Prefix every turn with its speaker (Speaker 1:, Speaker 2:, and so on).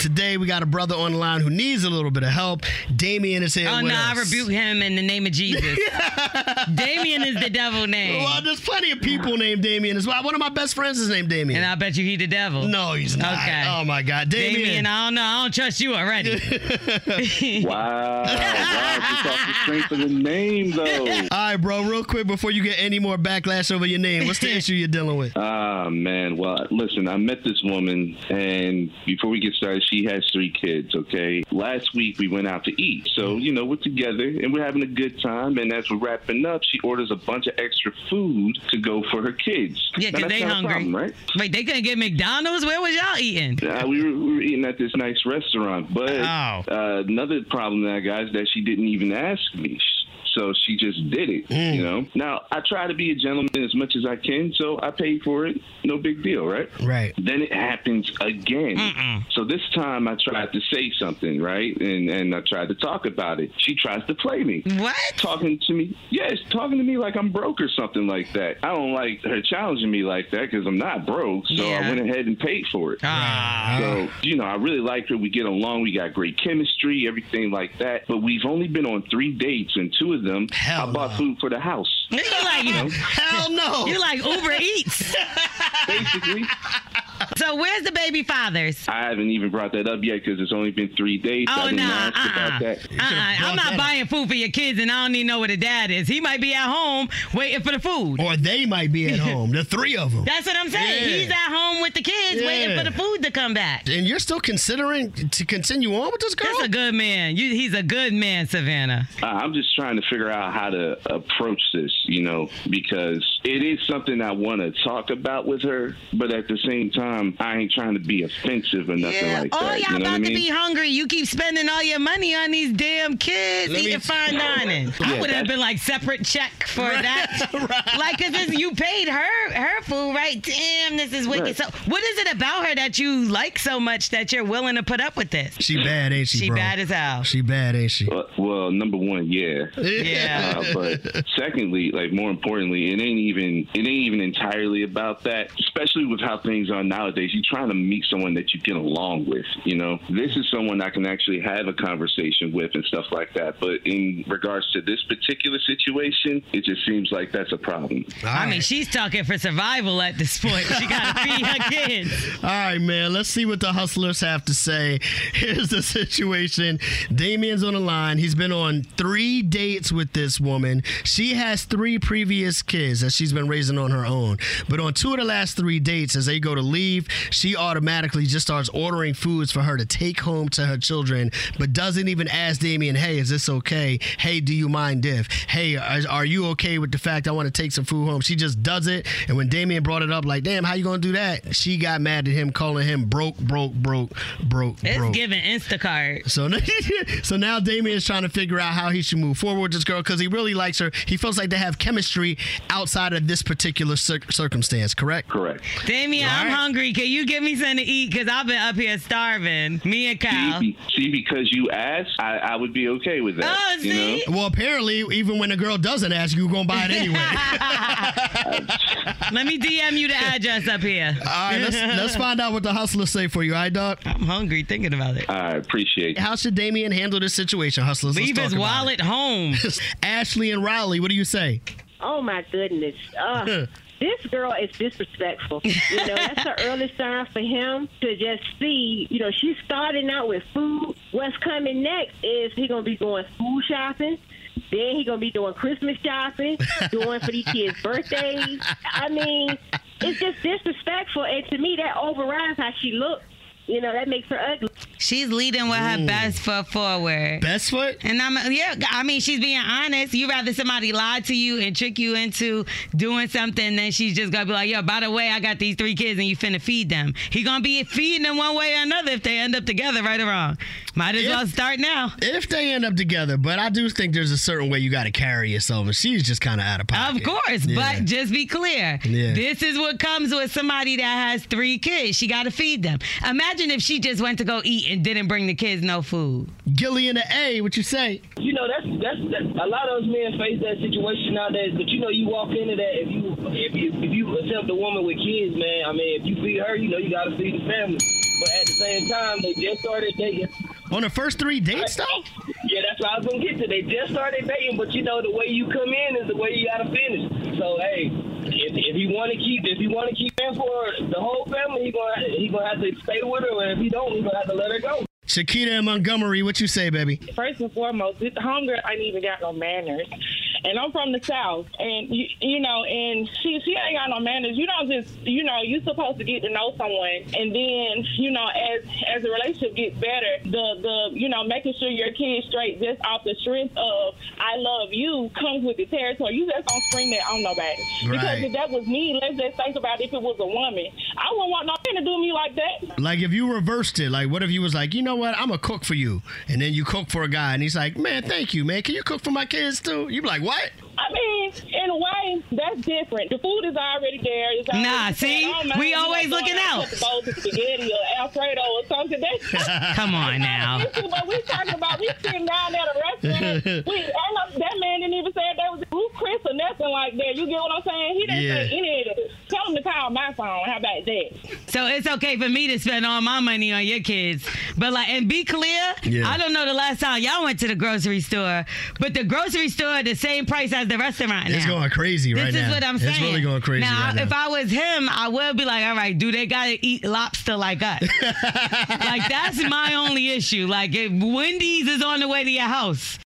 Speaker 1: today we got a brother on the line who needs a little bit of help. Damien is here.
Speaker 2: Oh
Speaker 1: with
Speaker 2: no,
Speaker 1: us.
Speaker 2: I rebuke him in the name of Jesus. Damien is the devil name.
Speaker 1: Well, there's plenty of people named Damien as well. One of my best friends is named Damien.
Speaker 2: and I bet you he the devil.
Speaker 1: no, he's not.
Speaker 2: Okay.
Speaker 1: Oh my God, Damien.
Speaker 2: Damien, I don't know. I don't trust you already.
Speaker 3: Wow. wow. She taught the strength of the name, though.
Speaker 1: All right, bro. Real quick before you get any more backlash over your name, what's the issue you're dealing with?
Speaker 3: Ah, man. Well, listen, I met this woman, and before we get started, she has three kids, okay? Last week, we went out to eat.
Speaker 2: Mm.
Speaker 3: So, you know, we're together, and we're having a good time. And as we're wrapping up, she orders a bunch of extra food to go for her kids.
Speaker 2: Yeah,
Speaker 3: Now,
Speaker 2: 'cause
Speaker 3: that's
Speaker 2: they
Speaker 3: not a
Speaker 2: hungry.
Speaker 3: problem, right?
Speaker 2: Wait, they couldn't get McDonald's? Where was y'all eating?
Speaker 3: Uh, we, were, we were eating at this nice restaurant, but
Speaker 2: Oh.
Speaker 3: uh, another problem that I got is that she didn't even ask me. So she just did it, you know. Now I try to be a gentleman as much as I can, so I paid for it. No big deal, right?
Speaker 1: Right.
Speaker 3: Then it happens again. So this time I tried to say something, right? And and I tried to talk about it. She tries to play me
Speaker 2: What?
Speaker 3: talking to me. Yeah, it's talking to me like I'm broke or something like that. I don't like her challenging me like that because I'm not broke. So
Speaker 2: Yeah.
Speaker 3: I went ahead and paid for it.
Speaker 2: Ah.
Speaker 3: So, you know, I really like her. We get along. We got great chemistry, everything like that. But we've only been on three dates, and two of them,
Speaker 1: Hell
Speaker 3: I bought
Speaker 1: no.
Speaker 3: food for the house.
Speaker 2: You like
Speaker 1: Hell no.
Speaker 2: you like Uber Eats.
Speaker 3: Basically,
Speaker 2: So where's the baby fathers?
Speaker 3: I haven't even brought that up yet because it's only been three dates. I
Speaker 2: Oh
Speaker 3: didn't
Speaker 2: no, uh,
Speaker 3: ask
Speaker 2: uh,
Speaker 3: about that.
Speaker 2: I'm
Speaker 1: brought that
Speaker 2: not
Speaker 1: up.
Speaker 2: buying food for your kids, and I don't even know where the dad is. He might be at home waiting for the food.
Speaker 1: or they might be at home. The three of them.
Speaker 2: That's what I'm saying.
Speaker 1: Yeah.
Speaker 2: He's at home with the kids waiting
Speaker 1: Yeah.
Speaker 2: for the food to come back.
Speaker 1: And you're still considering to continue on with this girl?
Speaker 2: That's a good man. You, he's a good man, Savannah.
Speaker 3: Uh, I'm just trying to figure out how to approach this, you know, because it is something I want to talk about with her, but at the same time, I ain't trying to be offensive or nothing like
Speaker 2: oh,
Speaker 3: that.
Speaker 2: y'all
Speaker 3: you know
Speaker 2: about
Speaker 3: what I
Speaker 2: to
Speaker 3: mean?
Speaker 2: be hungry. You keep spending all your money on these damn kids
Speaker 1: Let me-
Speaker 2: eating fine dining. I
Speaker 3: Yeah,
Speaker 2: would have
Speaker 3: that's-
Speaker 2: been like separate check for that. Like, cause this, you paid her her food, right? Damn, this is wicked.
Speaker 3: Right.
Speaker 2: So, what is it about her that you like so much that you're willing to put up with this?
Speaker 1: she bad, ain't she,
Speaker 2: She
Speaker 1: bro?
Speaker 2: bad as hell.
Speaker 1: she bad, ain't she?
Speaker 3: Uh, well, number one, yeah.
Speaker 2: Yeah.
Speaker 3: Uh, but secondly, like more importantly, it ain't even it ain't even entirely about that. Especially with how things are nowadays, you're trying to meet someone that you get along with. You know, this is someone I can actually have a conversation with and stuff like that. But in regards to this particular situation, it just seems like that's a problem.
Speaker 1: All
Speaker 2: I mean,
Speaker 1: right.
Speaker 2: she's talking for survival at this point. She gotta feed her kids.
Speaker 1: All right, man. Let's see what the hustlers have to say. Here's the situation. Damien's on the line. He's been on three dates with this woman. She has three previous kids that she's been raising on her own. But on two of the last three dates, as they go to leave, she automatically just starts ordering foods for her to take home to her children, but doesn't even ask Damien, hey, is this okay? Hey, do you mind if? Hey, are, are you okay with the fact I want to take some food home? She just does it. And when Damien brought it up, like, damn, how you going to do that? She got mad at him, calling him broke, broke, broke, broke,
Speaker 2: It's
Speaker 1: broke.
Speaker 2: giving Instacart.
Speaker 1: So, so now Damien's trying to figure out how he should move forward with this girl because he really likes her. He feels like they have chemistry outside of this particular cir- circumstance, correct?
Speaker 3: Correct.
Speaker 2: Damien, I'm
Speaker 1: Right.
Speaker 2: hungry. Can you give me something to eat? Cause I've been up here starving. Me and Kyle.
Speaker 3: See, see, because you asked, I, I would be okay with that.
Speaker 2: Oh,
Speaker 3: you know?
Speaker 2: see?
Speaker 1: Well, apparently, even when a girl doesn't ask, you're going to buy it anyway.
Speaker 2: Let me DM you the address up here.
Speaker 1: All right, let's, let's find out what the hustlers say for you, all right, Doc?
Speaker 2: I'm hungry thinking about it.
Speaker 3: I appreciate.
Speaker 1: How should Damien handle this situation, hustlers? Let's
Speaker 2: Leave
Speaker 1: talk
Speaker 2: his
Speaker 1: about
Speaker 2: wallet home.
Speaker 1: it. Ashley and Riley, what do you say?
Speaker 4: Oh my goodness. Uh, this girl is disrespectful. You know, that's the early sign for him to just see, you know, she's starting out with food. What's coming next is he gonna be going school shopping. Then he gonna be doing Christmas shopping, doing for these kids' birthdays. I mean, it's just disrespectful and to me that overrides how she looks. You know, that makes her ugly.
Speaker 2: She's leading with her best foot forward.
Speaker 1: Best foot?
Speaker 2: And I'm yeah, I mean she's being honest. You rather somebody lie to you and trick you into doing something than she's just gonna be like, yo, by the way, I got these three kids and you finna feed them. He gonna be feeding them one way or another if they end up together, right or wrong. Might as
Speaker 1: If-
Speaker 2: well start now.
Speaker 1: If they end up together, but I do think there's a certain way you got to carry yourself, and she's just kind of out of pocket.
Speaker 2: Of course,
Speaker 1: Yeah.
Speaker 2: but just be clear.
Speaker 1: Yeah.
Speaker 2: This is what comes with somebody that has three kids. She got to feed them. Imagine if she just went to go eat and didn't bring the kids no food.
Speaker 1: Gilly and the A, what you say?
Speaker 5: you know that's that's that, a lot of us men face that situation nowadays. But you know, you walk into that if you if you if you accept a woman with kids, man. I mean, if you feed her, you know you gotta feed the family. but at the same time, they just started dating.
Speaker 1: On the first three dates, though?
Speaker 5: Yeah, that's what I was gonna get to. They just started dating, but you know the way you come in is the way you gotta finish. So hey, if, if you want to keep if you want to keep in for the whole family, he gonna he gonna have to stay with her, and if he don't, he gonna have to let her go.
Speaker 1: Shakita and Montgomery, what you say, baby?
Speaker 6: First and foremost, this homegirl ain't even got no manners. And I'm from the South, and you, you know, and she she ain't got no manners. You don't just, you know, you supposed to get to know someone, and then, you know, as as the relationship gets better, the the you know, making sure your kid's straight just off the strength of I love you comes with the territory. You just don't spring that on nobody because
Speaker 1: Right.
Speaker 6: if that was me, let's just think about if it was a woman, I wouldn't want no man to do me like that.
Speaker 1: Like, if you reversed it, like, what if you was like, you know what, I'm going to cook for you. And then you cook for a guy, and he's like, man, thank you, man. Can you cook for my kids, too? You'd be like, what?
Speaker 6: I mean, in a way, that's different. The food is already there. It's already
Speaker 2: Nah,
Speaker 6: set.
Speaker 2: see?
Speaker 6: I don't mind
Speaker 2: We
Speaker 6: if you
Speaker 2: always
Speaker 6: go down
Speaker 2: looking
Speaker 6: and
Speaker 2: out.
Speaker 6: cook a bowl of spaghetti or Alfredo or something. That's
Speaker 2: Come on now.
Speaker 6: but we're talking about we sitting down at a restaurant. We, I know, that man didn't even say that was Ruth Chris or nothing like that. You get what I'm saying? He didn't
Speaker 1: Yeah.
Speaker 6: say any of it. Tell him to call my phone. How about that?
Speaker 2: So it's okay for me to spend all my money on your kids. But like and be clear,
Speaker 1: Yeah.
Speaker 2: I don't know the last time y'all went to the grocery store, but the grocery store the same price as the restaurant
Speaker 1: It's
Speaker 2: now.
Speaker 1: going crazy
Speaker 2: This
Speaker 1: right
Speaker 2: is
Speaker 1: now.
Speaker 2: what I'm saying.
Speaker 1: It's really going crazy
Speaker 2: Now,
Speaker 1: right now.
Speaker 2: if I was him, I would be like, all right, do they gotta eat lobster like us? like that's my only issue. Like if Wendy's is on the way to your house,